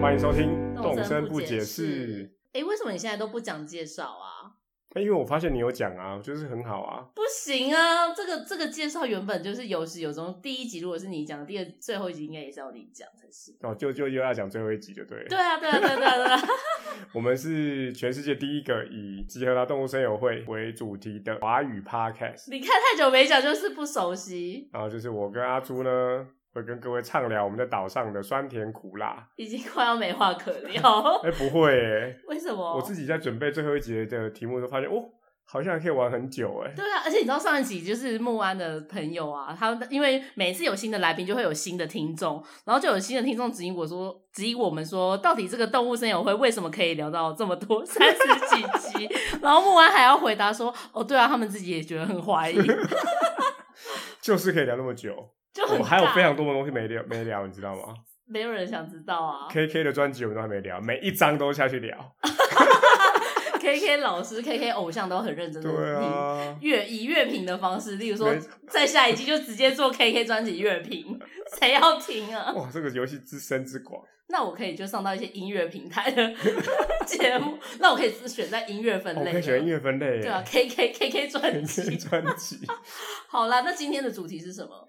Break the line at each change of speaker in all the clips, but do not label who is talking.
欢迎收听《
动
动
声
声
不
不
解
解
释
释》
哎，为什么你现在都不讲介绍啊？
哎。因为我发现你有讲啊，就是很好啊。
不行啊，这个这个介绍原本就是有始有终。第一集如果是你讲，第二最后一集应该也是要你讲才是。
哦，就就又要讲最后一集就对了。
对啊，对啊，对啊，对啊，对啊。
我们是全世界第一个以集合啦动物声友会为主题的华语 podcast，
你看太久没讲，就是不熟悉，
然后就是我跟阿朱呢会跟各位畅聊我们在岛上的酸甜苦辣。
已经快要没话可 聊。
哎，不会耶，
为什么？
我自己在准备最后一节的题目的时候发现，哦，好像可以玩很久哎。
对啊，而且你知道上一集就是木安的朋友啊，他们因为每次有新的来宾，就会有新的听众，然后就有新的听众指引我说，指引我们说，到底这个动物声友会为什么可以聊到这么多三十几集？ 然后木安还要回答说，哦，对啊，他们自己也觉得很怀疑，
就是可以聊那么 久，
就很
我还有
尬
非常多的东西没聊没聊，你知道吗
没有人想知道啊。
？K K 的专辑我们都还没聊，每一张都下去聊。
K K 老师、K K 偶像都很认真的
对啊，
乐以乐评的方式，例如说
没
在下一季就直接做 K K 专辑 乐评，谁要听啊？
哇，这个游戏之深之广，
那我可以就上到一些音乐平台的 节目，那我可以自选在音乐分
哦我
类。
可以选音乐分类耶，
对啊，K K K K 专辑。
专辑
好啦，那今天的主题是什么？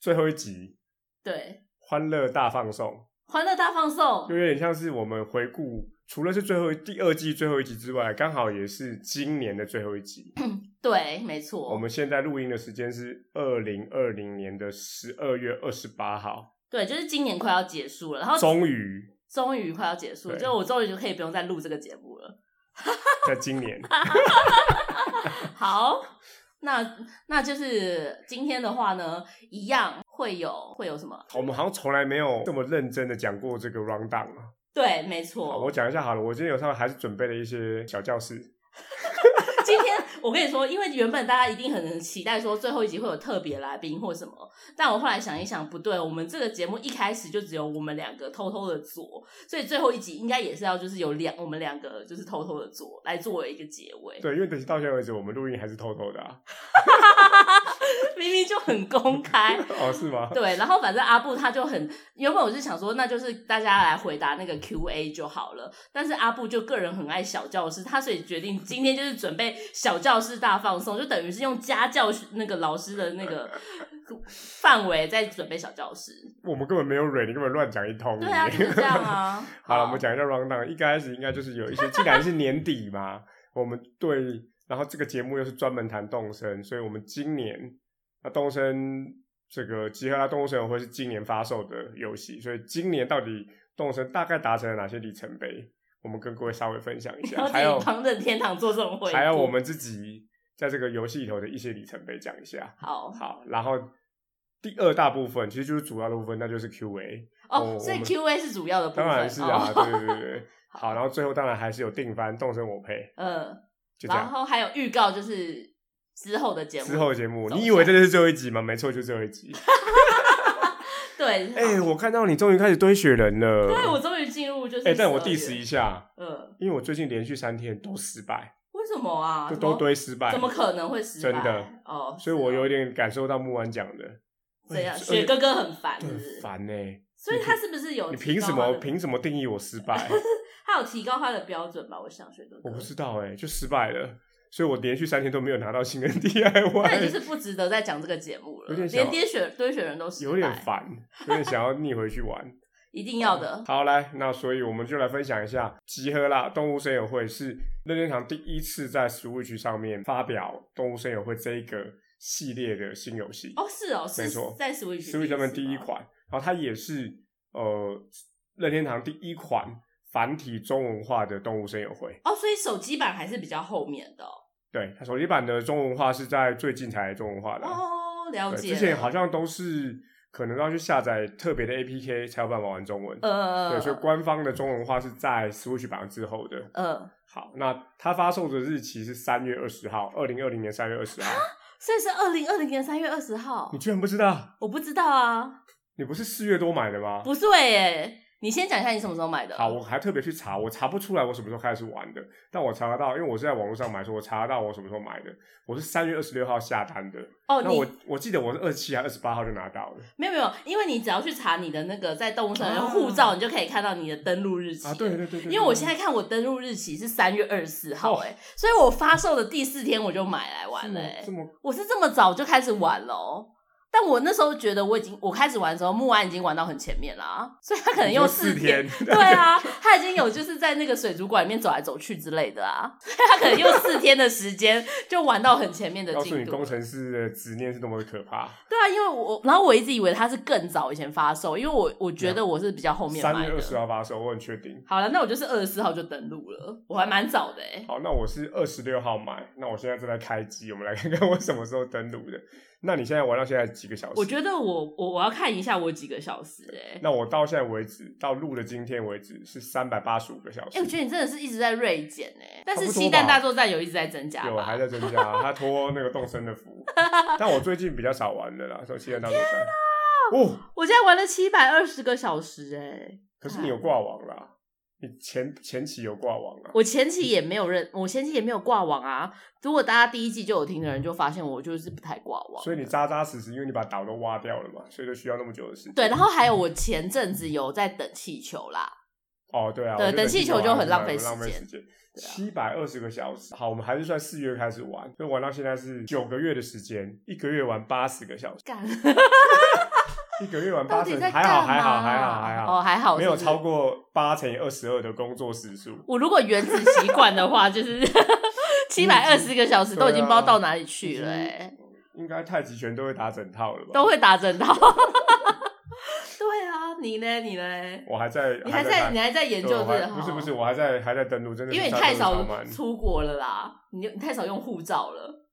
最后一集
对，
欢乐大放送，
欢乐大放送
就。有点像是我们回顾，除了是最后一第二季最后一集之外，刚好也是今年的最后一集。
嗯对，没错。
我们现在录音的时间是二零二零年的十二月二十八号，
对，就是今年快要结束了，然后
终于
终于快要结束，
对
就我终于就可以不用再录这个节目了。
在今年。
好，那那就是今天的话呢，一样会有会有什么？
我们好像从来没有这么认真的讲过这个 round down 啊。
对，没
好，
错。
我讲一下好了，我今天有上还是准备了一些小教室，
今天我跟你说，因为原本大家一定很期待说最后一集会有特别来宾或什么，但我后来想一想，不对，我们这个节目一开始就只有我们两个偷偷的做，所以最后一集应该也是要就是有两我们两个就是偷偷的做来作为一个结尾，
对，因为等到现在为止，我们录音还是偷偷的啊。
明明就很公开。
哦，是吗？
对，然后反正阿布他就很原本我是想说，那就是大家来回答那个 Q&A 就好了。但是阿布就个人很爱小教室，他所以决定今天就是准备小教室大放送，就等于是用家教那个老师的 那个范围在准备小教室。
我们根本没有蕊，你根本乱讲一通。
对啊，
你。
就是这样。啊
好了，我们讲一下 round down。一开始应该就是有一些，既然是年底嘛，我们对，然后这个节目又是专门谈动身，所以我们今年那动身这个集合啦动物神会是今年发售的游戏，所以今年到底动身大概达成了哪些里程碑，我们跟各位稍微分享一
然
下，
后
还有
自己帮任天堂做这种回顾，
还有我们自己在这个游戏里头的一些里程碑讲一下。
好
好，然后第二大部分其实就是主要的部分，那就是 Q&A。
哦，
我
所以
我们
Q&A 是主要的部分，
当然是啊，
哦、
对对对对。好，然后最后当然还是有定番动身我配，
嗯，
就这
然
样。
后还有预告就是之后的节目，
之后的节目，
走向
你以为这就是最后一集吗？没错，就最后一 集。
对，
哎、我看到你终于开始堆雪人了。
对，我终于进入就是。
哎、但我 diss 一
下。
下，
嗯，
因为我最近连续三天都失败，
为什么啊？
就
怎么
都堆失败，
怎么可能会失败？
真的
哦，
所以我有点感受到木丸讲的，
这样，
哎
雪哥哥很烦，
而且
是不
很
是？
烦呢、
所以他是不是有
你
提
凭
高
什
他
么
的？
凭什么定义我失败？
他有提高他的标准吧？我想雪哥哥
我不，知道哎、就失败了，所以我连续三天都没有拿到新 人 DIY，
那你就是不值得再讲这个节目了，
有点想
连堆雪堆雪人都失败，
有点烦，有点想要逆回去 玩。
一定要的。
好，来，那所以我们就来分享一下集合啦！动物声友会是任天堂第一次在 Switch 上面发表动物声友会这一个系列的新游戏。
哦，是哦，是
没错
在 Switch
Switch 上面第一
吗，
款，然后它也是呃任天堂第一款繁体中文化的动物声友会。
哦，所以手机版还是比较后面的哦。
对，它手机版的中文化是在最近才中文化的。啊
哦，了
对，
解了。
之前好像都是可能要去下载特别的 APK 才有办法玩中文。
呃，
对，所以官方的中文化是在 Switch 版之后的。
呃，
好，那它发售的日期是三月二十号，二零二零年三月二十
啊
号。
所以是二零二零年三月二十号
你，居然不知道？
我不知道啊。
你不是四月多买的吗？
不对耶，欸你先讲一下你什么时候买的。
好，我还特别去查，我查不出来我什么时候开始玩的，但我查得到，因为我是在网络上买，所以我查得到我什么时候买的。我是三月二十六号下单的，
哦，
那
你
我我记得我是二十七还二十八号就拿到了
没有没有，因为你只要去查你的那个在动物上
啊
的护照，你就可以看到你的登录日期了。
啊！对对对对，
因为我现
在
在看我登录日期是三月二十四号、
哦
哎、所以我发售的第四天我就买来玩了、哎
这么
我是这么早就开始玩了、哦。但我那时候觉得我已经我开始玩的时候，木安已经玩到很前面啦，所以他可能用
你说四
天，
天，
对啊，他已经有就是在那个水族馆里面走来走去之类的啊，所以他可能用四天的时间就玩到很前面的
告诉
进
你
度
工。程师的执念是多么的可怕。
对啊，因为我然后我一直以为他是更早以前发售，因为我我觉得我是比较后面
三
买
月二十
的。
号发售，我很确定。
好了，那我就是二十四号就登录了，我还蛮早的哎、
好，那我是二十六号买，那我现在正在开机，我们来看看我什么时候登录的。那你现在玩到现在几个小时？
我觉得我我我要看一下我几个小时哎、欸。
那我到现在为止，到录的今天为止是三百八十五个小
哎、
时。
我觉得你真的是一直在锐减哎，但
差
是
不多吧
西蛋大作战有一直在增加
有
吧？
还在增加，他托那个动身的 福，但我最近比较少玩的啦，所以现在到现在。哦，
我现在玩了七百二十个小时哎、
可是你有挂网啦，你前前期有挂网啊。
我前期也没有认，我前期也没有挂网啊。如果大家第一季就有听的人，就发现我就是不太挂网。
所以你扎扎实实，因为你把岛都挖掉了嘛，所以就需要那么久的时间。
对，然后还有我前阵子有在等气球啦，
哦，对啊，
对
我觉得
等气球就很浪费
蛮浪费
时啊
时间。七百二十个小时，好，我们还是算四月开始玩，所以玩到现在是九个月的时间，一个月玩八十个小时，
干，
一个月玩
到
八
底
十，
在
还
干
好
嘛？
还好还好还
哦，
好，
还好
没有
是不是
超过八乘以二十二的工作时数。
我如果原子习惯的 话，就是七百二十个小时都已经不
啊
知道到哪里去了、欸，
应该太极拳都会打整套了吧？
都。会打整套。 对啊，你呢？你呢？
我还在，
你还在
在
你还在研究
对
这
我还
个？哦
不是不是，，我还在还在登录，真的是
因为你
上
太
路
少
上班
出国了啦，你就你太少用护照了，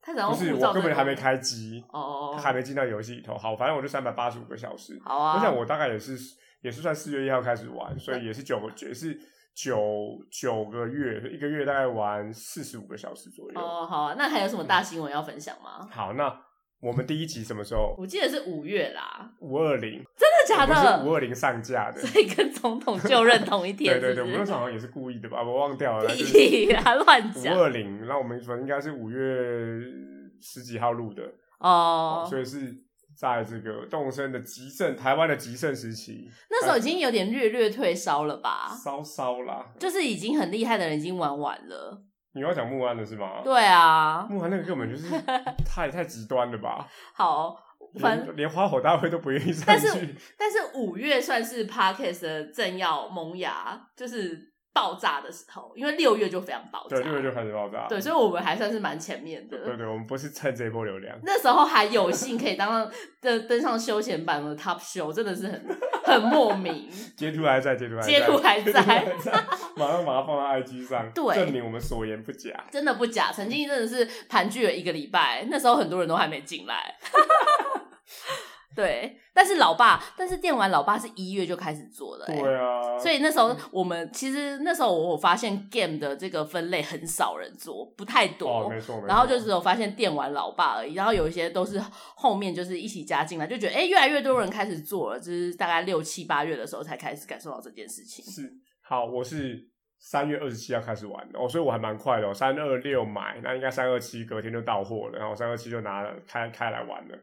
太少
不
用
是
护
我
照这个
根
东西，
本还没开机，
哦，
还没进到游戏里头。好，反正我就三百八十五个小时。
好啊。
我想我大概也是也是算四月一号开始玩，所以也是九也是九九个月，一个月大概玩四十五个小时左右。
哦，好啊。那还有什么
嗯
大新闻要分享吗？
好，那我们第一集什么时候？
我记得是五月啦，
五二 零，
真的假
我们是
的？
五二零上架 的。
所以跟总统就任同一天，
对对对，
是
我们
不是
那时候好像也是故意的吧，我忘 掉了。就是
屁啊，乱
五
讲
二零，那我们反正应该是五月十几号录的，
哦。
所以是在这个动森的极盛，台湾的极盛时期，
那时候已经有点略略退烧了吧？
稍稍啦。
就是已经很厉害的人已经玩完了。
你要讲木安的是吗？，
对啊，
木安那个根本就是太太极端了吧，
好， 反
连连花火大会都不愿意上
但
去
是。但是五月算是 podcast 的正要萌芽，就是爆炸的时候，因为六月就非常爆炸，
对，六月就开始爆炸。
对所以我们还算是蛮前面
对
的。
对，我们不是蹭这一波流量。
那时候还有幸可以当上登登上休闲版的 Top Show，真的是很很莫名。
截图还在，截 图还在，
截图还
截
在
图还在，马上把它放到 IG 上，
对
证明我们所言不假。
真的不假，曾经真的是盘踞了一个礼拜，那时候很多人都还没进来。 对，但是老爸，但是电玩老爸是一月就开始做了、欸，
对啊，
所以那时候我们其实那时候我发现 game 的这个分类很少人做，不太
哦，
多。
没错没错。
然后就只有发现电玩老爸而已，然后有一些都是后面就是一起加进来，就觉得哎、诶越来越多人开始做了，就是大概六七八月的时候才开始感受到这件事情。
是好，我是三月二十七号开始玩的，哦，所以我还蛮快的、哦，三二六买，那应该三二七隔天就到货了，然后三二七就拿了开开来玩了。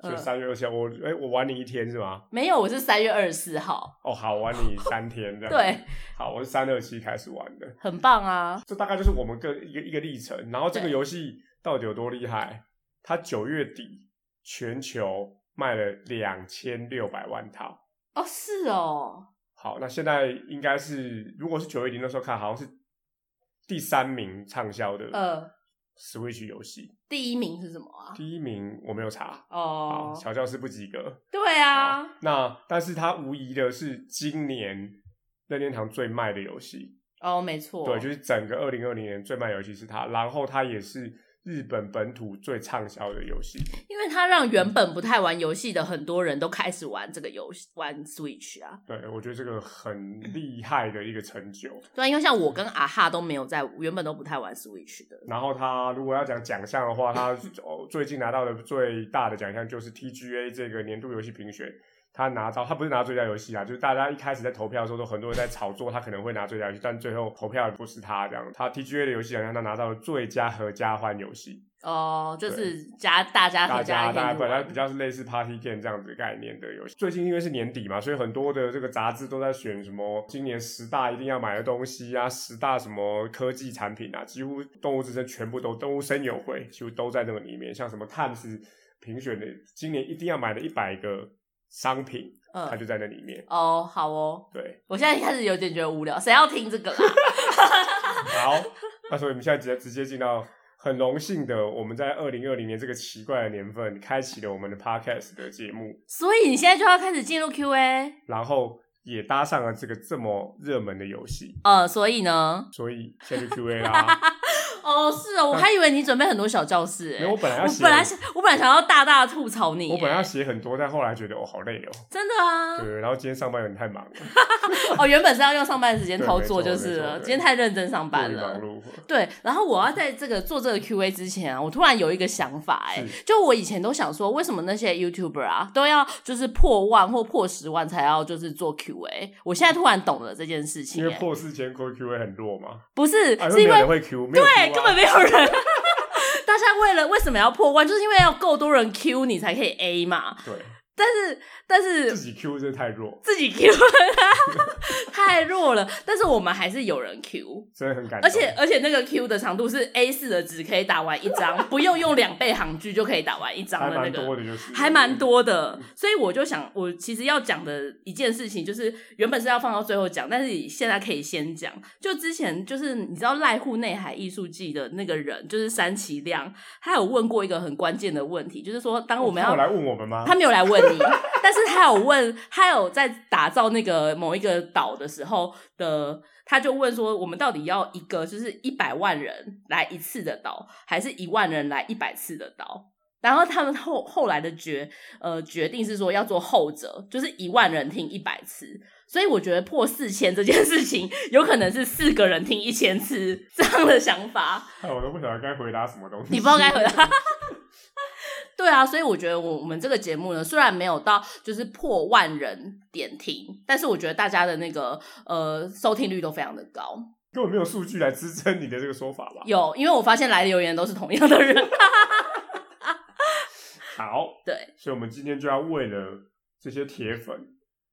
所以
嗯
三月二十七，我哎、我玩你一天是吗？
没有，我是三月二十四号，
哦，好，玩你三天这样。
对，
好，我是三二七开始玩的，
很棒啊！
这大概就是我们各一个一个历程。然后这个
对
游戏到底有多厉害？它九月底全球卖了两千六百万套。
哦，是哦，
好，那现在应该是，如果是九月底那时候看，好像是第三名畅销的
呃，
Switch 游戏，
第一名是什么啊？
第一名我没有查。好，
哦，
小教师不及格。
对
好
啊，，
那但是它无疑的是今年任天堂最卖的游戏，
哦，没错，
对，就是整个二零二零年最卖游戏是它，然后它也是日本本土最畅销的游戏。
因为它让原本不太玩游戏的很多人都开始玩这个游戏，玩 Switch 啊。
对，我觉得这个很厉害的一个成就。
对啊，因为像我
嗯
跟阿哈都没有在，原本都不太玩 Switch 的。
然后他如果要讲奖项的话，他哦最近拿到的最大的奖项就是 TGA 这个年度游戏评选，他拿到他不是拿最佳游戏啊，就是大家一开始在投票的时候，都很多人在炒作他可能会拿最佳游戏，但最后投票不是他这样。他 TGA 的游戏好像他拿到了最佳合家欢游戏，
哦，就是加大家
大
合
家
家一
大家
起
本来
玩
比较是类似 Party Game 这样子的概念的游戏。最近因为是年底嘛，所以很多的这个杂志都在选什么今年十大一定要买的东西啊，十大什么科技产品啊，几乎动物之声全部都动物声友会几乎都在那个里面，像什么碳是评选的今年一定要买的一百个商品，它就
嗯，
在那里面。
哦，好哦，
对，
我现在开始有点觉得无聊，谁要听这个啦？啊
好，那所以我们现在直接直接进到很荣幸的，我们在二零二零年这个奇怪的年份，开启了我们的 podcast 的节目，
所以你现在就要开始进入 Q&A，
然后也搭上了这个这么热门的游戏，
呃，所以呢？
所以现 在就 Q&A 啦。
哦，是哦，我还以为你准备很多小教室、
没
欸，
有，我本来要
我
写，
本来想我本来想要大大吐槽你、
我本来要
欸
写很多，但后来觉得哦好累哦，
真的啊，
对，然后今天上班有点太忙了，
哦，原本是要用上班的时间
对
操
没
作
错
就是
没错
了，
对
今天太认真上班
过于
了
忙。碌。
对，然后我要在这个做这个 Q&A 之前啊，我突然有一个想法、欸，哎，
是
就我以前都想说，为什么那些 YouTuber 啊都要就是破万或破十万才要就是做 Q&A？我现在突然懂了这件事
因
情、
为
欸，
破四千 Q Q A 很弱嘛，
不是、
啊，
是因
没有人
为
会 Q，没有 Q
对
啊
根本没有人。 大家为了为什么要破万，就是因为要够多人 Q 你才可以 A 嘛。
对
但是但是
自己 Q 真的太弱，
自己 Q 他 太弱了，但是我们还是有人 Q，
真的很感动。
而且而且那个 Q 的长度是 A 四的纸可以打完一 张，不用用两倍行距就可以打完一张
还
的那
蛮多
个。
的，就是
还蛮多的，所以我就想，我其实要讲的一件事情，就是原本是要放到最后讲，但是现在可以先讲。就之前就是你知道濑户内海艺术季的那个人，就是山崎亮，他有问过一个很关键的问题，就是说当我们
嗯哦他有
要
来问我们吗？
他没有来问你， 但是他有问，他有在打造那个某一个岛的时候的，他就问说，我们到底要一个就是一百万人来一次的岛，还是一万人来一百次的岛？然后他们后后来的决呃决定是说要做后者，就是一万人听一百次，所以我觉得破四千这件事情有可能是四个人听一千次这样的想法。
哎我都不晓得该回答什么东西。
你不知道该回答。对啊，所以我觉得我我们这个节目呢，虽然没有到就是破万人点听，但是我觉得大家的那个呃收听率都非常的高。
根本没有数据来支撑你的这个说法吧？
有，因为我发现来的留言都是同样的人。
好，
对，
所以我们今天就要为了这些铁粉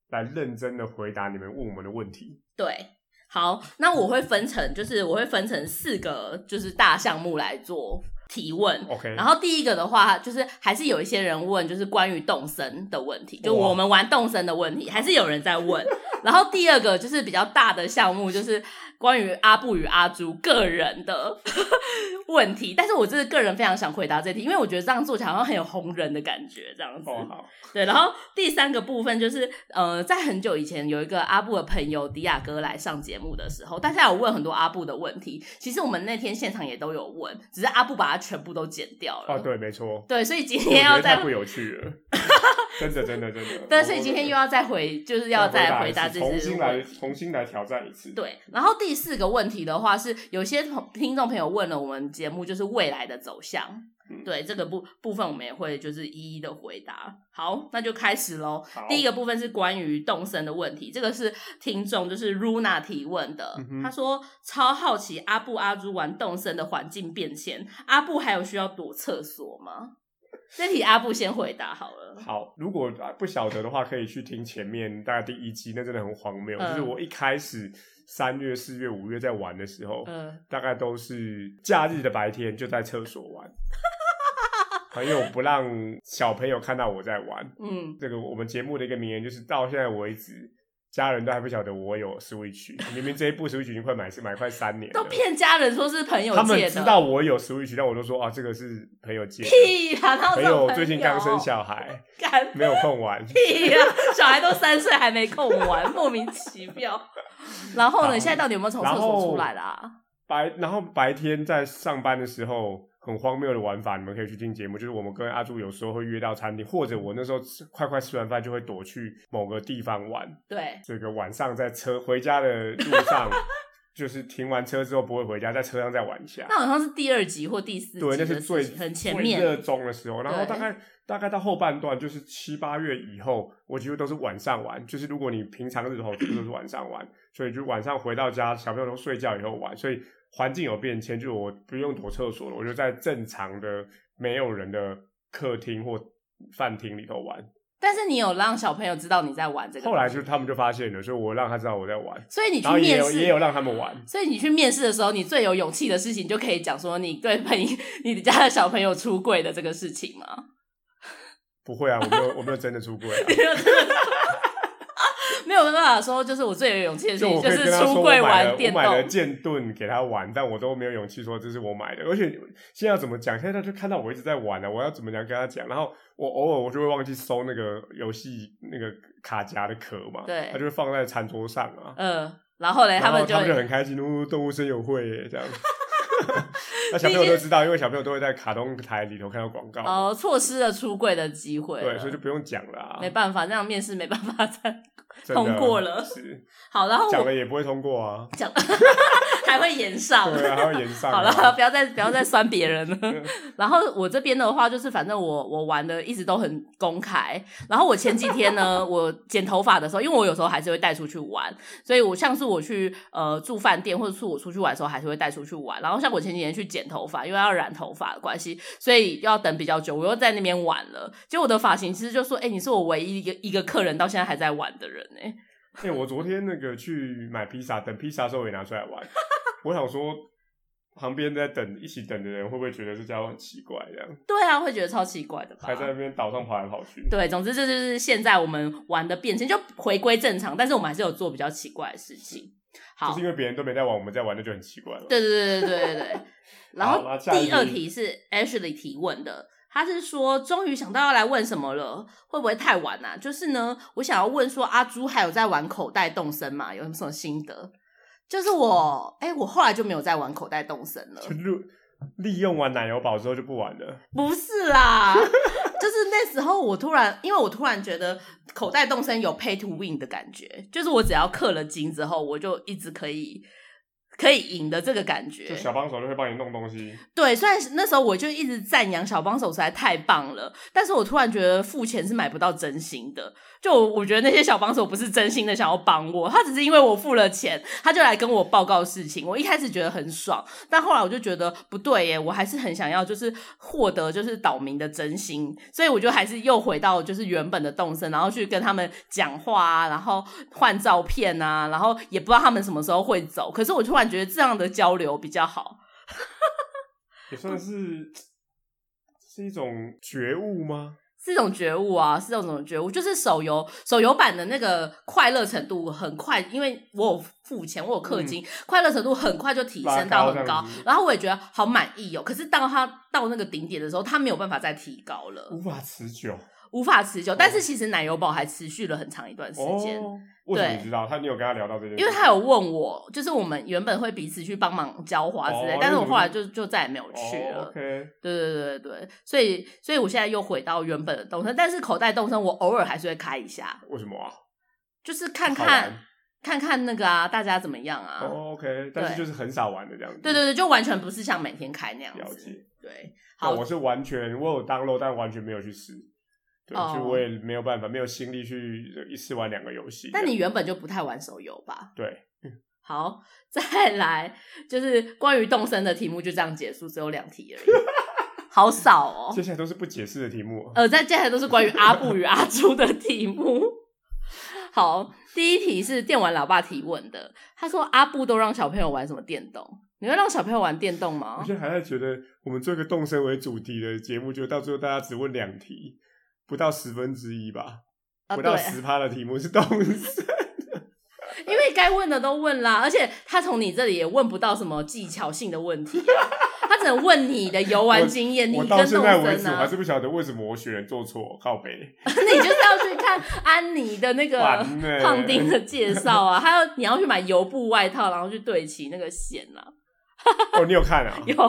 来认真的回答你们问我们的问题。
对，好，那我会分成，就是我会分成四个就是大项目来做提问。
OK，
然后第一个的话，就是还是有一些人问，就是关于动森的问题，就
哇
我们玩动森的问题，还是有人在问。然后第二个就是比较大的项目，就是关于阿布与阿朱个人的问题。但是我真的个人非常想回答这题，因为我觉得这样做起来好像很有红人的感觉，这样子。
哦好，
对，然后第三个部分就是，呃，在很久以前有一个阿布的朋友迪亚哥来上节目的时候，大家有问很多阿布的问题。其实我们那天现场也都有问，只是阿布把它全部都剪掉了。
哦对，没错，
对所以今
我觉
天要
得
再
太，不有趣 了，真的真的真的。
对，所以今天又要再回，就是要再回答
一次
这
重
些
新来
问题。
重新来挑战一次。
对，然后第四个问题的话是，有些朋听众朋友问了我们节目就是未来的走向，
嗯
对这个部部分我们也会就是一一的回答。好，那就开始喽。
好，
第一个部分是关于动身的问题，这个是听众就是 Runa 提问的
嗯，哼
他说超好奇阿布阿朱玩动身的环境变迁，阿布还有需要躲厕所吗？这题阿布先回答好了。
好，如果啊不晓得的话，可以去听前面大概第一集，那真的很荒谬。
嗯
就是我一开始三月、四月、五月在玩的时候，
嗯，
大概都是假日的白天就在厕所 玩，啊因为我不让小朋友看到我在玩。
嗯，
这个我们节目的一个名言就是到现在为止，家人都还不晓得我有 Switch，明明这一部 Switch 已经快买是买快三年
都
了。
骗家人说是朋友
他们
借
知
的，
道我有 Switch，但我都说啊，这个是朋友 借的。
屁啦，哪
朋
有这种
友
朋
最近刚生小孩，
干
没有空玩。
屁呀、小孩都三岁还没空玩，莫名其妙。然后呢，
好
现在到底有没有从厕
然后
所出来啦、啊？
白，然后白天在上班的时候，很荒谬的玩法，你们可以去听节目。就是我们跟阿朱有时候会约到餐厅，或者我那时候吃快快吃完饭就会躲去某个地方玩。
对，
这个晚上在车回家的路上。就是停完车之后不会回家，在车上再玩一下。
那好像是第二集或第四集
对，那
的
是
事情，
最
很前
最
面
热衷的时候。然后
对
大概大概到后半段，就是七八月以后，我几乎都是晚上玩。就是如果你平常日头几乎都是晚上玩，所以就晚上回到家，小朋友都睡觉以后玩，所以环境有变迁，就是我不用躲厕所了，我就在正常的没有人的客厅或饭厅里头玩。
但是你有让小朋友知道你在玩这个，
后来就，他们就发现了，所以我让他知道我在玩，
所以你去
然后也
面
有
试
也有让他们玩。
所以你去面试的时候，你最有勇气的事情，就可以讲说你对 朋你家的小朋友出柜的这个事情 吗？
不会啊，我没有我没有真的出柜、啊。
没有办法说，就是我最有勇气的事
就
情
我可以
是
跟他说
出
我买
柜
了
玩电
我买了
动。
剑盾给他玩，但我都没有勇气说这是我买的。而且现在要怎么讲？现在他就看到我一直在玩了、啊我要怎么讲跟他讲？然后我偶尔我就会忘记收那个游戏那个卡夹的壳嘛，
对
他就会放在餐桌上啊。
嗯，然后嘞，
然
们
后
就
他们就很开心，哦，动物森友会耶，这样。 那小朋友
你已经
都知道，因为小朋友都会在卡通台里头看到广告，
哦错失了出柜的机会了，
对，所以就不用讲了、啊，
没办法，这样面试没办法再
真的
通过了
是
好。然后
讲了
我
也不会通过啊，
讲还会演上，
对啊，还要延上、
好
啊。
了，不要再不要再酸别人了。 然后我这边的话，就是反正我我玩的一直都很公开。然后我前几天 呢，我剪头发的时候，因为我有时候还是会带出去玩，所以我像是我去呃住饭店或者是我出去玩的时候，还是会带出去玩。然后像我前几天去剪头发，因为要染头发的关系，所以要等比较久，我又在那边玩了。结果我的发型师就说：“哎、你是我唯一一个一个客人到现在还在玩的人哎、
哎、我昨天那个去买披萨，等披萨的时候也拿出来玩。我想说，旁边在等一起等的人会不会觉得这家伙很奇怪，这样
对啊，会觉得超奇怪的吧？
还在那边岛上跑来跑去？
对，总之这就是现在我们玩的变迁，就回归正常，但是我们还是有做比较奇怪的事情。
就
好
是，因为别人都没在玩，我们在玩，那就很奇怪了。
对对对对对对对。 然
好
后
那下一
第二
题
题是 Ashley 提问的，他是说终于想到要来问什么了，会不会太晚啊？就是呢，我想要问说阿朱还有在玩口袋动森吗？有什么心得？就是我，哎、我后来就没有再玩口袋动森了。
就利利用完奶油堡之后就不玩了。
不是啦，就是那时候我突然，因为我突然觉得口袋动身有 pay to win 的感觉，就是我只要氪了金之后，我就一直可以可以赢的这个感觉
就。小帮手就会帮你弄东西，
对，虽然是那时候我就一直赞扬小帮手实在太棒了，但是我突然觉得付钱是买不到真心的。就我我觉得那些小帮手不是真心的想要帮我，他只是因为我付了钱，他就来跟我报告事情。我一开始觉得很爽，但后来我就觉得不对耶，我还是很想要就是获得就是岛民的真心，所以我就还是又回到就是原本的动身，然后去跟他们讲话啊，然后换照片啊，然后也不知道他们什么时候会走。可是我突然觉得这样的交流比较好。
也算是是一种觉悟吗？
是一种觉悟啊，是这种觉悟，就是手游手游版的那个快乐程度很快，因为我有付钱，我有氪金，快乐程度很快就提升到很
嗯拉高
高
这样子，
然后我也觉得好满意哦。可是到它到那个顶点的时候，它没有办法再提高了，
无法持久。
无法持久。但是其实奶油堡还持续了很长一段时间。
哦，为什么你
对
知道？他你有跟他聊到这件事？
因为他有问我，就是我们原本会彼此去帮忙浇花之类，
哦
但是我
因为你们
后来就就再也没有去了。
哦、OK，
对对对对对，所以所以我现在又回到原本的动身，但是口袋动身我偶尔还是会开一下，
为什么
嗯
啊？
就是看
好玩
看看看那个啊，大家怎么样啊？
哦，OK，但是
对
就是很少玩的这样子。
对对对，就完全不是像每天开那样
了
子
解。
对，好
但，我是完全我有 download，但完全没有去试。对，
哦
就我也没有办法，没有心力去呃一次玩两个游戏。
但你原本就不太玩手游吧？
对，
好， 再来就是关于动身的题目就这样结束，只有两题而已，好少哦
接。下来都是不解释的题目。
呃，在接下来都是关于阿布与阿朱的题目。好，第一题是电玩老爸提问的，他说阿布都让小朋友玩什么电动？你会让小朋友玩电动
我
吗？
现在还在觉得，我们做一个动身为主题的节目，就到最后大家只问两题，不到十分之一吧，
啊，
不
对
到，十趴的题目是 动身。
因为该问的都问啦，而且他从你这里也问不到什么技巧性的问题、啊他只能问你的游玩经验，你
我
跟
到
动
现在为
森
止，我还
啊
是，不晓得为什么我选人做错，靠北。
你就是要去看安妮的那个
完了
胖丁的介绍啊，还有你要去买油布外套，然后去对齐那个线啊，
哦，你有看啊？
有，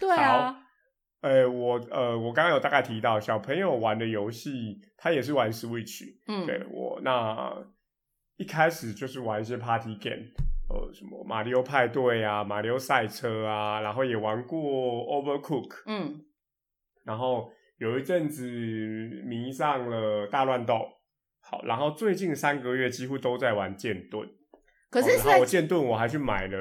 对啊。
呃，我呃，我刚刚有大概提到，小朋友玩的游戏，他也是玩 Switch，
嗯，
对我那一开始就是玩一些 party game，呃什么马里奥派对啊、马里奥赛车啊，然后也玩过 Overcook，
嗯，
然后有一阵子迷上了大乱斗。好，然后最近三个月几乎都在玩剑盾，
可是
哦
是
然后
在
我剑盾我还去买了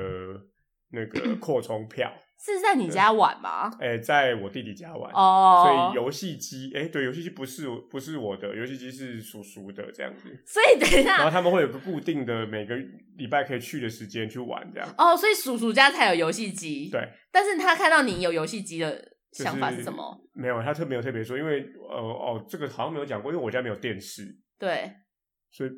那 个扩充票，
是在你家玩吗？
哎、在我弟弟家玩。所
哦
以，游戏机，哎、对，游戏机不是我不是我的，游戏机是叔叔的这样子。
所以等一
然后
下，
他们会有个固定的每个礼拜可以去的时间去玩，这样。
哦，所以叔叔家才有游戏机，
对，
但是他看到你有游戏机的
就是
想法是什么？
没有，他特没有特别说，因为呃哦，这个好像没有讲过，因为我家没有电视，
对，
所以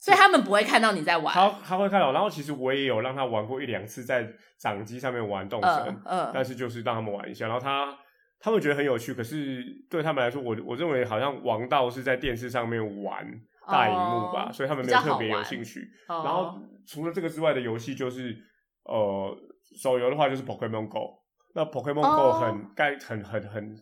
所以他们不会看到你在玩，
他他会看到。然后其实我也有让他玩过一两次，在掌机上面玩动森。
嗯嗯，
但是就是让他们玩一下，然后他他们觉得很有趣，可是对他们来说，我我认为好像王道是在电视上面玩大荧幕吧，
哦
所以他们
比
没有
较
特
好
别有
玩
兴趣。
然
然后除了这个之外的游戏就是呃手游的话就是 Pokemon Go，那 Pokemon Go
哦
很该、很很很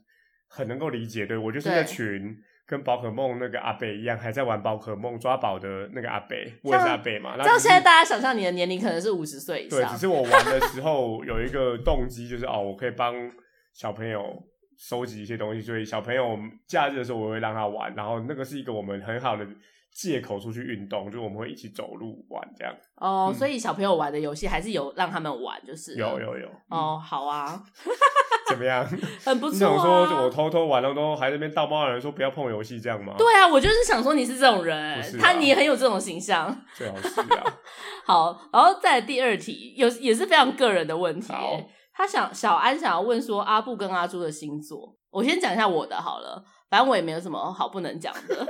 很能够理解，对我就是那
对
群。跟宝可梦那个阿北一样，还在玩宝可梦抓宝的那个阿北，我也
这
是
样
阿北嘛。那
这样
只是
现在大家想象你的年龄可能是五十岁以
对，
上
只，是我玩的时候有一个动机，就是哦，我可以帮小朋友收集一些东西，所以小朋友假日的时候我会让他玩，然后那个是一个我们很好的借口出去运动，就是我们会一起走路玩这样。
哦
嗯，
所以小朋友玩的游戏还是有让他们玩，就是啊
有
了
有有，嗯，
哦，好啊，
怎么样？
很 不
你
错
想说我
啊。
偷偷玩，然后都还在那边道貌岸然说不要碰游戏这样吗？，
对啊，我就是想说你是这种
不
人
是，
他
啊
你很有这种形象。
最好是啊。
好，然后再来第二题，有也是非常个人的问题
好
耶。他想小安想要问说阿布跟阿朱的星座，我先讲一下我的好了，反正我也没有什么好不能讲的。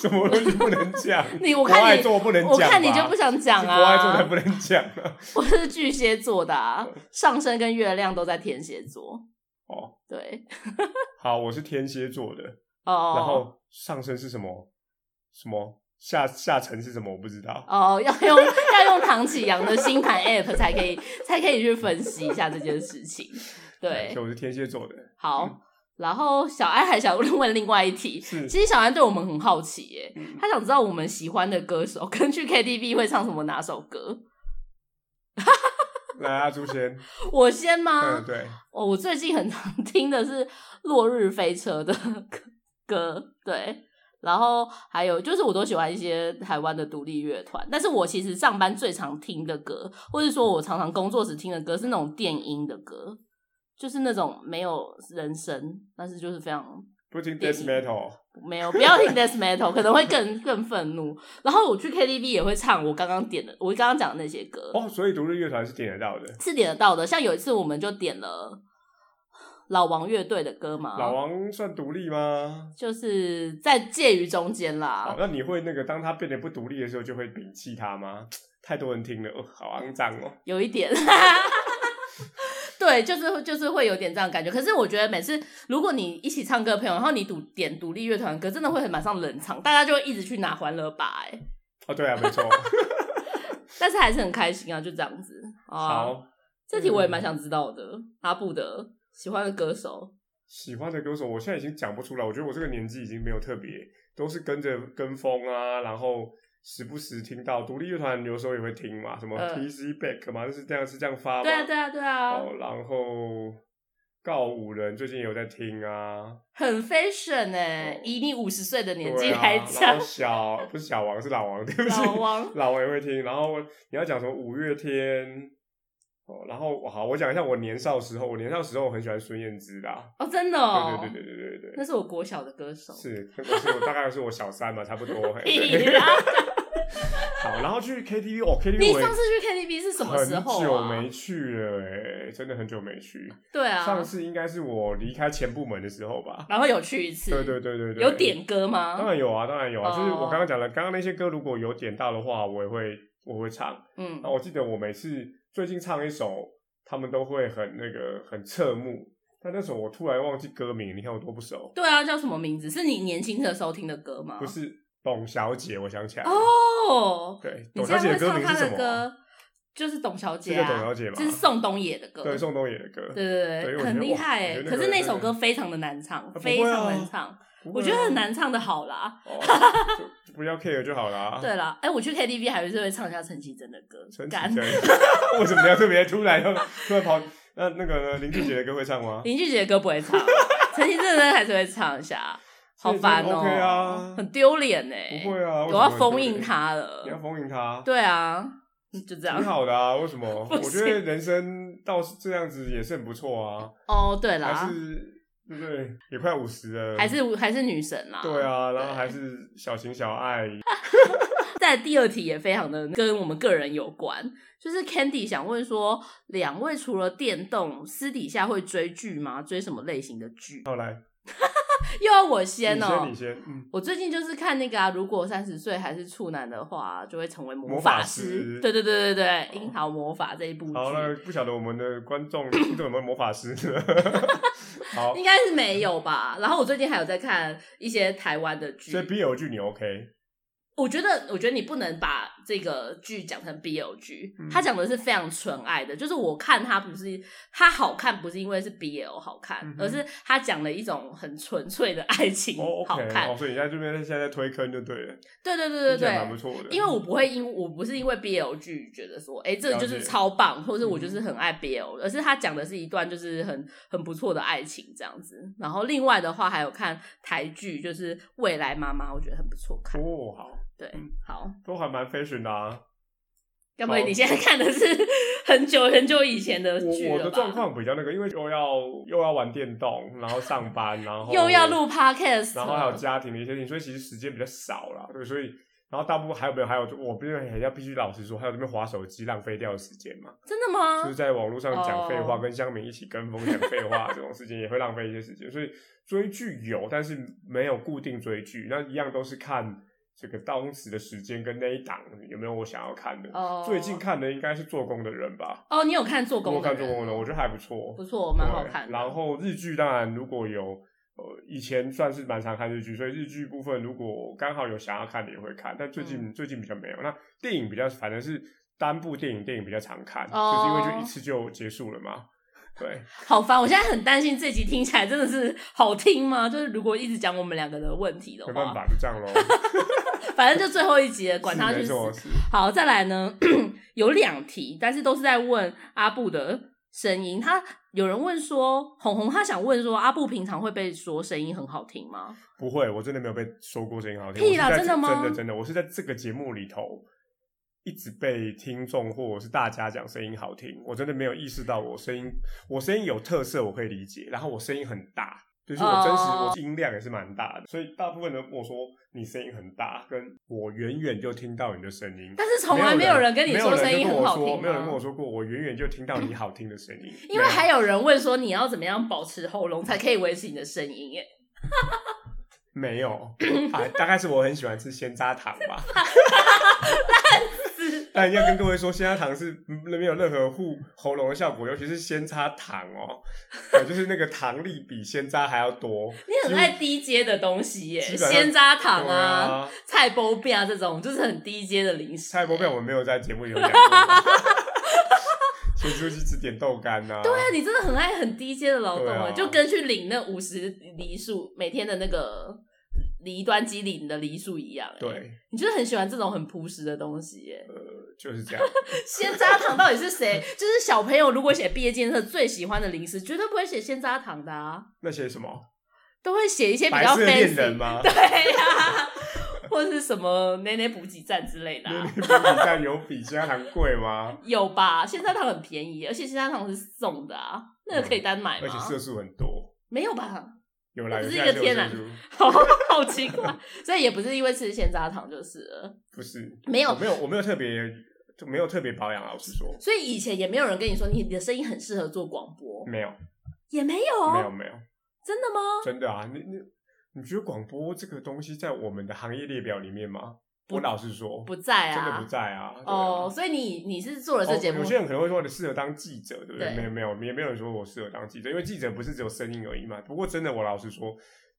什么东西不能讲？
你我
国
看
爱
你
做不能讲吧，
我看你就不想讲
是国爱做才
啊，
不能讲啊。
我是巨蟹座的、啊，上升跟月亮都在天蝎座。
哦，
对，
好，我是天蝎座的。
哦，
然后上身是什么？什么下下层是什么？我不知道。
哦，要用 要用唐启阳的星盘 App 才可以才可以去分析一下这件事情。对
所，以我是天蝎座的，
好。然后小安还想问另外一题，
是
其实小安对我们很好奇耶，
嗯
他想知道我们喜欢的歌手跟去 KTV 会唱什么哪首歌。
来啊，朱先，
我先吗？
嗯，对，
哦，我最近很常 听的是《落日飞车》的歌，对，然后还有就是我都喜欢一些台湾的独立乐团，但是我其实上班最常听的歌，或是说我常常工作时听的歌是那种电音的歌，就是那种没有人声，但是就是非常
不听
电
death
影
metal，
没有，不要听 death metal，可能会更更愤怒。然后我去 KTV 也会唱我刚刚点的，我刚刚讲的那些歌，
哦，所以独立乐团是点得到的。
是点得到的。像有一次我们就点了老王乐队的歌嘛，
老王算独立吗？
就是在介于中间
哦
啦，。
那你会那个当他变得不独立的时候，就会摒弃他吗？太多人听了，哦，好肮脏哦。
有一 点。对，就是就是会有点这样的感觉。可是我觉得每次如果你一起唱歌的朋友，然后你独点独立乐团的歌，真的会很马上冷场，大家就会一直去拿欢乐吧、欸。
哦，对啊，没 错。
但是还是很开心啊，就这样子。好啊
好，
这题我也蛮想知道的，阿布的喜欢的歌手。
喜欢的歌手，我现在已经讲不出来。我觉得我这个年纪已经没有特别，都是跟着跟风啊，然后时不时听到独立乐团，有时候也会听嘛，什么
嗯
PC Back 嘛，就是这样是这样发嘛。
对啊，对啊，对啊，
哦，然后告五人最近也有在听啊，
很 fashion 哎、
哦
以你五十岁的年纪
对啊，
来
然
讲，
后小不是小王是老王，对不起，
老王
老王也会听。然后你要讲什么五月天。哦，然后好，我讲一下我年少时候，我年少时候很喜欢孙燕姿啦，
哦，真的哦，
对对对对对对对，
那是我国小的歌手，
是，我是我大概是我小三嘛，差不多。嘿
屁
对
啦
好，然后去 KTV，哦，KTV
你
我
上次
也
去 KTV 是什么时
很
候
久
啊
没？去了、欸，真的很久没去。
对啊，
上次应该是我离开前部门的时候吧。
然后有去一次，
对对对对对，
有点歌
当
吗？
然有啊，当然有啊。就是我
哦
刚刚讲了，刚刚那些歌如果有点到的话，我也会我会唱。
嗯
那，我记得我每次最近唱一首，他们都会很那个很侧目。但那首我突然忘记歌名，你看我多不熟。
对啊，叫什么名字？是你年轻的时候听的歌吗？
不是董小姐，我想起来了。
哦，
对，
你
董
这
小
样
姐的歌
会唱
名
他
是什
的
么啊？
歌，就是董小姐
是叫
啊，
董小姐吗
这是宋冬野的歌，
对，宋冬野的歌。
对对
对我
对
觉得
很厉害
哇我
哎
觉得。那
可
个
是那
真的
首歌非常的难唱，
不会
非
啊
常难唱。
不会啊
我觉得很难唱的好啦。
哦， 就不要 care 就好啦。
对啦，哎、我去 KTV 还是会唱一下陈绮贞的歌
啊陈，绮
干
贞， 为什么要特别突然要突然跑？那那个呢林俊杰的歌会唱吗？
林俊杰的歌不会唱，陈绮贞的歌还是会唱一下，好烦哦、
所以就 OK 啊
很丢脸呢。
不会啊，
我要
为什么会
封印他
你要
了。
封印他，
对啊，就这样
挺。好的啊。为什么？
不
我
行
觉得人生到这样子也是很不错啊，
哦，对
还
啦，
是对不对？也快五十了，
还是还是女神啦。
对啊，然后
对
还是小情小爱，
在第二题也非常的跟我们个人有关，就是 Candy 想问说，两位除了电动，私底下会追剧吗？追什么类型的剧？
好来，
又要我
你
先哦、
先你先，嗯，
我最近就是看那个啊，如果三十岁还是处男的话，啊就会成为魔
魔法
师
师。哦
对对对对对，《樱桃魔法》这一部剧，
好了，不晓得我们的观 众听众有没有魔法师呢？ 好
应，该是没有吧？然后我最近还有在看一些台湾的剧
所以，BL 剧你 OK？
我觉得，我觉得你不能把这个剧讲成 BL 剧，
嗯
它讲的是非常纯爱的。就是我看它不是它好看，不是因为是 BL 好看，
嗯哼
而是它讲了一种很纯粹的爱情
哦
好
，OK，
看。
哦，所以你在这边现在在推坑就对了，
对对对
听
对
起来蛮
对
不，错的。
因为我不会因我不是因为 BL 剧觉得说，哎、这个就是
了解嗯
超棒，或者我就是很爱 BL，、而是他讲的是一段就是很很不错的爱情这样子。然后另外的话还有看台剧，就是《未来妈妈》，我觉得很不错看。
哦，好，
对
嗯，
好，
都还蛮 fashion 的啊。
该不会
好
你现在看的是 很久很久以前的剧
我我
了
的
吧？
状况比较那个，因为又要又要玩电动，然后上班，然后
又要，录 podcast，
然后还有
了
家庭的一些事情，所以其实时间比较少啦。对，所以然后大部分还有没有？还有我必须还要必须老实说，还有这边划手机浪费掉的时间嘛，
真的
就是
吗？
在网络上讲废话，
啊哦
跟乡民一起跟风讲废话 这种事情也会浪费一些时间。所以追剧有，但是没有固定追剧，那一样都是看这个当时的时间跟那一档有没有我想要看的。
哦，
最近看的应该是做工的人吧，
哦，你有看做工
我
的
看
人？
做工的人，我觉得还不错，
不错，蛮好
对
看的。
然后日剧当然如果有，呃，以前算是蛮常看日剧，所以日剧部分如果刚好有想要看的也会看，但最近、
嗯
最近比较没有。那电影比较反正是单部电影，电影比较常看，就
哦
是因为就一次就结束了嘛。 对，
好烦，我现在很担心这集听起来真的是好听吗？就是如果一直讲我们两个的问题的
没办
话，
法，就这样喽。
反正就最后一集了， 管他
是没
去死。
错，是
好，再来呢， 有两题，但是都是在问阿布的声音。他有人问说，红红他想问说，阿布平常会被说声音很好听吗？
不会，我真的没有被说过声音好听。
屁啦
我是在
真的吗
真的真的，我是在这个节目里头一直被听众或者是大家讲声音好听，我真的没有意识到我声音，我声音有特色，我可以理解，然后我声音很大。就是我真实
哦
我音量也是蛮大的，所以大部分人跟我说你声音很大，跟我远远就听到你的声音。
但是从来没有人跟你说声音很好听吗
没有人跟我说过我远远就听到你好听的声音，
因为还有人问说，你要怎么样保持喉咙才可以维持你的声音？耶，
没有，啊，大概是我很喜欢吃鲜榨糖吧。 但要跟各位说，鲜榨糖是没有任何护喉咙的效果，尤其是鲜榨糖哦，对就是那个糖粒比鲜榨还要多。
你很爱低阶的东西耶，
基本上
鲜渣糖
对
啊、
啊，
菜包饼啊这种，就是很低阶的零食。
菜包面我们没有在节目里有讲 过，所以就是只点豆干呐、啊。
对啊，你真的很爱很低阶的劳动
对
啊，
啊
就跟去领那五十梨数每天的那个梨端机领的梨数一样、欸。，
对，啊
你就是很喜欢这种很朴实的东西耶、
就是这样。
鲜渣糖到底是谁？ 就是小朋友如果写毕业纪念册最喜欢的零食，绝对不会写鲜渣糖的啊，
那些什么
都会写一些比
白
较
色恋
fancy
人吗？
对呀、或是什么奶奶补给站之类的、
那
啊
你。比蛋有比鲜榨糖贵吗？
有吧？鲜渣糖很便宜，而且鲜渣糖是送的啊，那个可以单买
而且
吗？
色素很多。
没有吧？
有啦，
那
有
啊只是
些
一个
还
天
有
然
色素
好好奇怪， 所以也不是因为吃鲜渣糖就是了，
不是，
没
我
有，
没有，我没有特别，就没有特别保养。老实说，
所以以前也没有人跟你说你的声音很适合做广播，
没有，
也没有，
嗯没有，没有，
哦真的吗？
真的啊！你你你觉得广播这个东西在我们的行业列表里面吗？
不
我老实说，
不在
真的
啊
不，在啊。对啊
哦，，所以你你是做了这
哦
节目
有，些人可能会说你适合当记者，对不
对
对？没有，没有，也没有人说我适合当记者，因为记者不是只有声音而已嘛。不过真的，我老实说。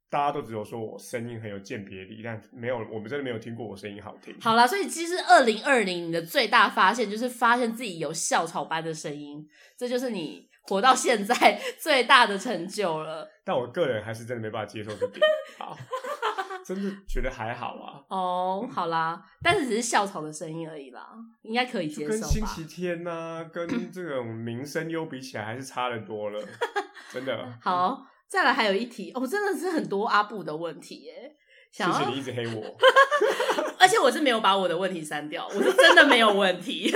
大家都只有说我声音很有鉴别力，但没有，我们真的没有听过我声音好听。
好啦，所以其实二零二零你的最大发现就是发现自己有校草般的声音，这就是你活到现在 最大的成就了。
但我个人还是真的没办法接受这点，好，真的觉得还好啊，
哦，好啦，但是只是校草的声音而已啦，应该可以
就
接
跟
受
星
吧？嗯
期天呐、跟这种民生优比起来，还是差得多了，真 的。
好，再来还有一题，哦，真的是很多阿布的问题耶。
谢
想要
谢你一直黑 我，
而且我是没有把我的问题删掉，我是真的没有 问题。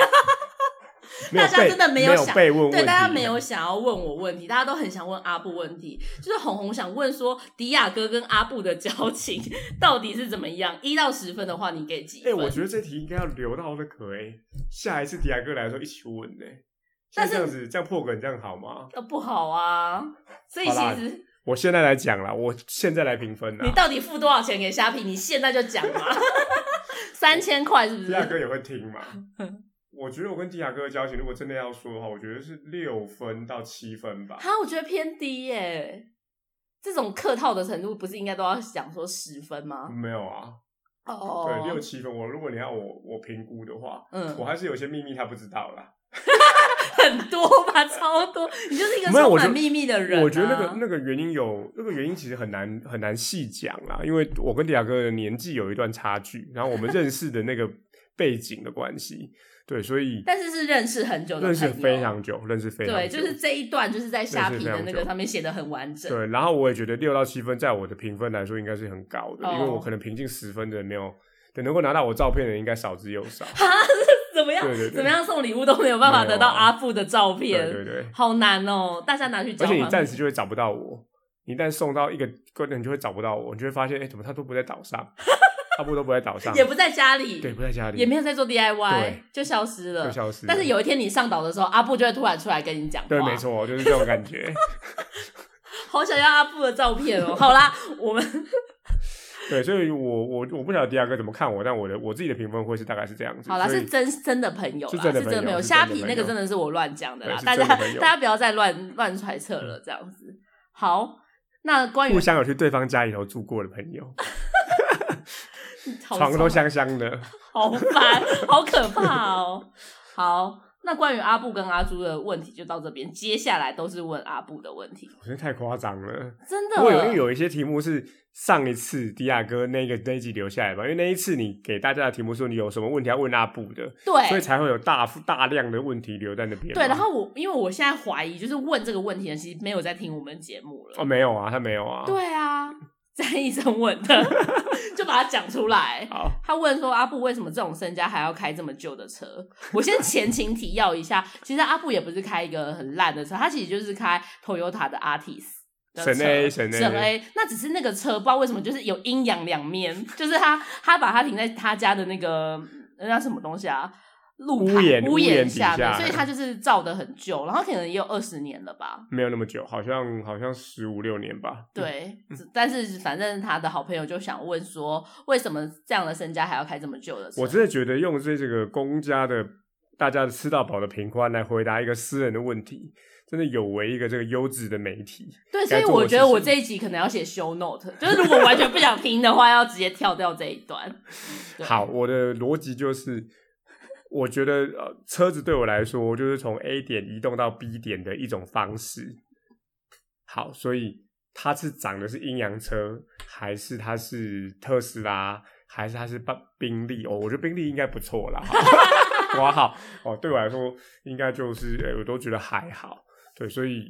没有
大家
被
真的没
没
有
有
想
被问问题，啊
对，大家没有想要问我问题，大家都很想问阿布问题。就是红红想问说，迪亚哥跟阿布的交情到底是怎么样？一到十分的话，你给几
哎、
分？
我觉得这题应该要留到那个哎、下一次迪亚哥来的时候一起问呢、
但
像
是
这样子，这样破梗，这样好吗？
呃不好啊，所以
好啦
其实
我现在来讲啦，我现在来评分
你
啦。
到底付多少钱给虾皮？你现在就讲 嘛，三千块是不
迪亚哥
是？
也会听 嘛？我觉得我跟迪亚哥的交情，如果真的要说的话，我觉得是六分到七分吧。
哈，我觉得偏低耶、这种客套的程度，不是应该都要讲说十分吗？
没有啊，
哦，
对，六七分。我如果你要我我评估的话，
嗯
我还是有些秘密他不知道啦。
很多吧，超多。你就是一个
没有
充
我觉
满
得
秘密的人、啊
我觉得那个那个原因有那个原因其实很难很难细讲啦，因为我跟迪亚哥的年纪有一段差距，然后我们认识的那个背景的关系，对，所以
但是是认识很久的朋友，
认识非常久，认识非常久，
对，就是这一段就是在虾皮的那
认识非
个
常久
上面写的很完整。
对。然后我也觉得六到七分，在我的评分来说应该是很高的，
哦
因为我可能评进十分的人没有，对能够拿到我照片的人应该少之又 少。
哈，怎么样？
对对对
怎么样送礼物都没有办法
没有啊
得到阿富的照
对
片，
对对，
好难哦！大家拿去交
而
换。
且你暂时就会找不到我，你一旦送到一个个人，你就会找不到我，你就会发现，哎、怎么他都不在岛 上，他不都不在岛上，
也不在家里，
对，不在家里，
也没有在做 DIY，
对
就消失了。
就消失了
但是有一天你上岛的时候，阿布就会突然出来跟你讲话。
对，没错，就是这种感 觉。
好想要阿布的照片哦。好啦，我们
对，所以我我我不晓得迪亚哥怎么看我，但我的我自己的评分会是大概是这样子。
好啦，
所以
是真真的朋友啦，
是真的朋友
朋友。
是
虾
真的
皮
朋
那个
友
真的是我乱讲的啦
对，是
大家
真的朋友
大家不要再乱乱揣测了，这样子。好，那关于
互相有去对方家里头住过的朋友，
好
床都
爽
香香的。
好烦，好可怕哦。好，那关于阿布跟阿朱的问题就到这边，接下来都是问阿布的问题，
我觉得太夸张了。
真的。
不过有因为有一些题目是上一次迪亚哥那个那一集留下来吧，因为那一次你给大家的题目说你有什么问题要问阿布的，所以
对
才会有大大量的问题留在那边嘛。
对，然后我因为我现在怀疑，就是问这个问题的人其实没有在听我们节目了。
哦没有啊，他没有啊。，
对啊，詹医生问的， 就把它讲出来。
好，
他问说：“阿布为什么这种身家还要开这么旧的车？”我先前情提要一下，其实阿布也不是开一个很烂的车，他其实就是开 Toyota 的 Artis。
神 A，神 A
神 A，那只是那个车，不知道为什么就是有阴阳两面， 就是他他把它停在他家的那个那叫什么东西啊，露台
屋檐
屋
屋檐
檐
底
下面，
下
所以他就是造的很旧，然后可能也有二十年了吧，
没有那么久，好像好像十五六年吧。
对，
嗯
但是反正他的好朋友就想问说，为什么这样的身家还要开这么旧的车？
我真的觉得用这这个公家的大家吃到饱的评宽来回答一个私人的问题，真的有违一个这个优质的媒体。
对，所
该
以
做
我
的
觉得
事
我
情
这一集可能要写 show note，就是如果完全不想听的话，要直接跳掉这一段。对
好，我的逻辑就是，我觉得呃，车子对我来说就是从 A 点移动到 B 点的一种方式。好，所以它是长的是阴阳车，还是它是特斯拉，还是它是巴宾利？哦，我觉得宾利应该不错啦。好 哇好哦，对我来说应该就是，呃我都觉得还好。对，所以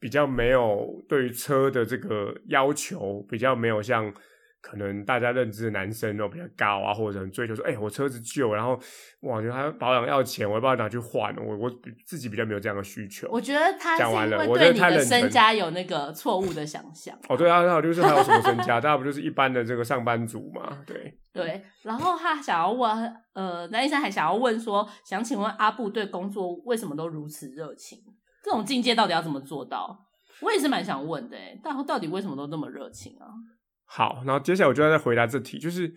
比较没有对于车的这个要求，比较没有像可能大家认知的男生哦比较高啊，或者很追求说，哎、我车子旧，然后哇，觉得它保养要钱，我要不要拿去换？我我自己比较没有这样的需求。
我觉得他是
讲完
因
了
为
我
对
觉得
你
太
的
认
身
真
家有那个错误的想象。
哦，对啊，那就是还有什么身家， 大家不就是一般的这个上班族嘛？对，
对，然后他想要问，呃，男医生还想要问说，想请问阿布对工作为什么都如此热情？这种境界到底要怎么做到？我也是蛮想问的、欸，但到底为什么都那么热情啊？
好，然后接下来我就要再回答这题，就是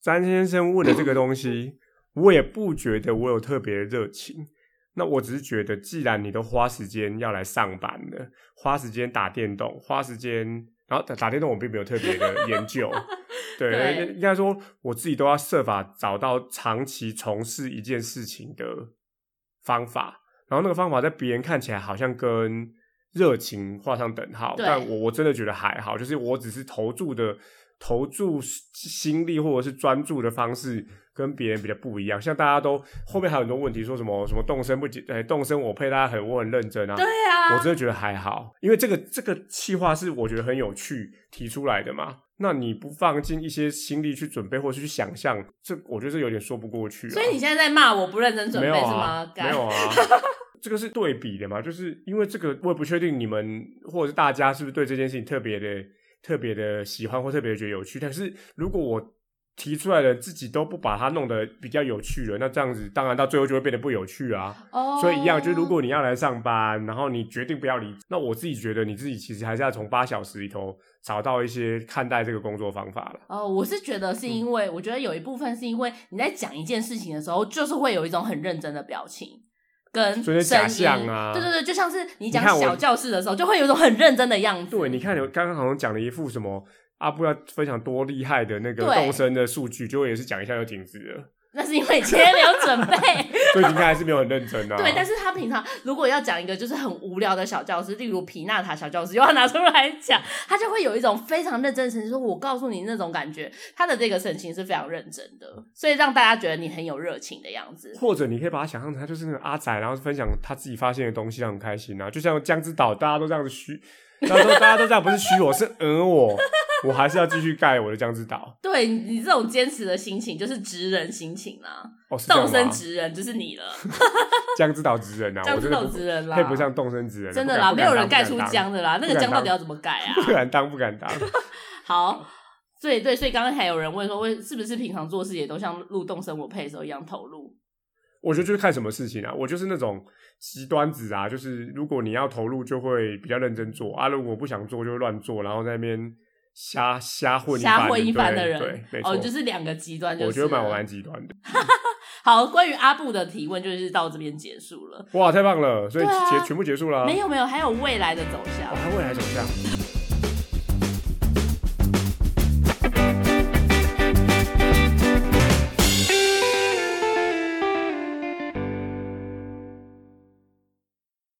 詹先生问的这个东西，我也不觉得我有特别的热情。那我只是觉得，既然你都花时间要来上班了，花时间打电动，花时间，然后打打电动，我并没有特别 的研究。对，
对
应该说我自己都要设法找到长期从事一件事情的方法，然后那个方法在别人看起来好像跟热情画上等号，
对
但我我真的觉得还好，就是我只是投注的投注心力或者是专注的方式跟别人比较不一样。像大家都后面还有很多问题，说什么什么动身不解，呃、动身我配大家很我很认真啊，
对啊，
我真的觉得还好，因为这个这个计划是我觉得很有趣提出来的嘛。那你不放进一些心力去准备或是去想象，这我觉得这有点说不过去、啊。
所以你现在在骂我不认真准
没
备
有
是吗
啊？，
干
没 有啊，这个是对比的嘛，就是因为这个我也不确定你们或者是大家是不是对这件事情特别的、特别的喜欢或特别的觉得有趣。但是如果我提出来的自己都不把它弄得比较有趣了，那这样子当然到最后就会变得不有趣啊。
哦，
所以一样，就是如果你要来上班，然后你决定不要离职，那我自己觉得你自己其实还是要从八小时里头找到一些看待这个工作方法了。
哦，我是觉得是因为，我觉得有一部分是因为你在讲一件事情的时候，就是会有一种很认真的表情跟
所以
声
假
音，
象啊
对对对，就像是你
你
讲
看我
小教室的时候，就会有一种很认真的样子。
对，你看你刚刚好像讲了一副什么阿布要分享多厉害的那个
对
动身的数据，结果也是讲一下就停止了，
那是因为你今天没有准备。
所以应该还是没有很认真啊。
对，但是他平常如果要讲一个就是很无聊的小教室，例如皮纳塔小教室，又要拿出来讲，
嗯
他就会有一种非常认真的神情，说我告诉你那种感觉，他的这个神情是非常认真的，
嗯
所以让大家觉得你很有热情的样子。
或者你可以把它想象成他就是那个阿仔，然后分享他自己发现的东西，他很开心啊。就像江之岛，大家都这样子虚， 大家都大家都这样，不是虚我，是呃我， 我还是要继续盖我的江之岛。
对你你这种坚持的心情，就是直人心情啦、
哦，是这样
动
吗？
身直人就是你了，
江之岛之人啊，
江
我
之
真的
岛
不
直人啦，
配不上动身之人，啊
真的
不
啦，
敢
没有人盖
敢
出
当
江的啦，那
不
个
敢
江到
当
底要怎么盖啊？
不敢当，不敢当。
好，对对，所以刚刚还有人问说，为是不是平常做事也都像入动生活配的时候一样投入？
我觉得就是看什么事情啊，我就是那种极端子啊，就是如果你要投入，就会比较认真做啊；如果不想做，就乱做，然后在那边瞎瞎混
瞎混一番
对
的人
对，没，错，
哦，就是两个极端，就是
我觉得蛮
了
蛮极端的。
好。关于阿布的提问，就是到这边结束了。
哇，太棒了！所以
对啊
结全部结束了啊，哦
没有没有，还有未来的走向。
哇，未来走向。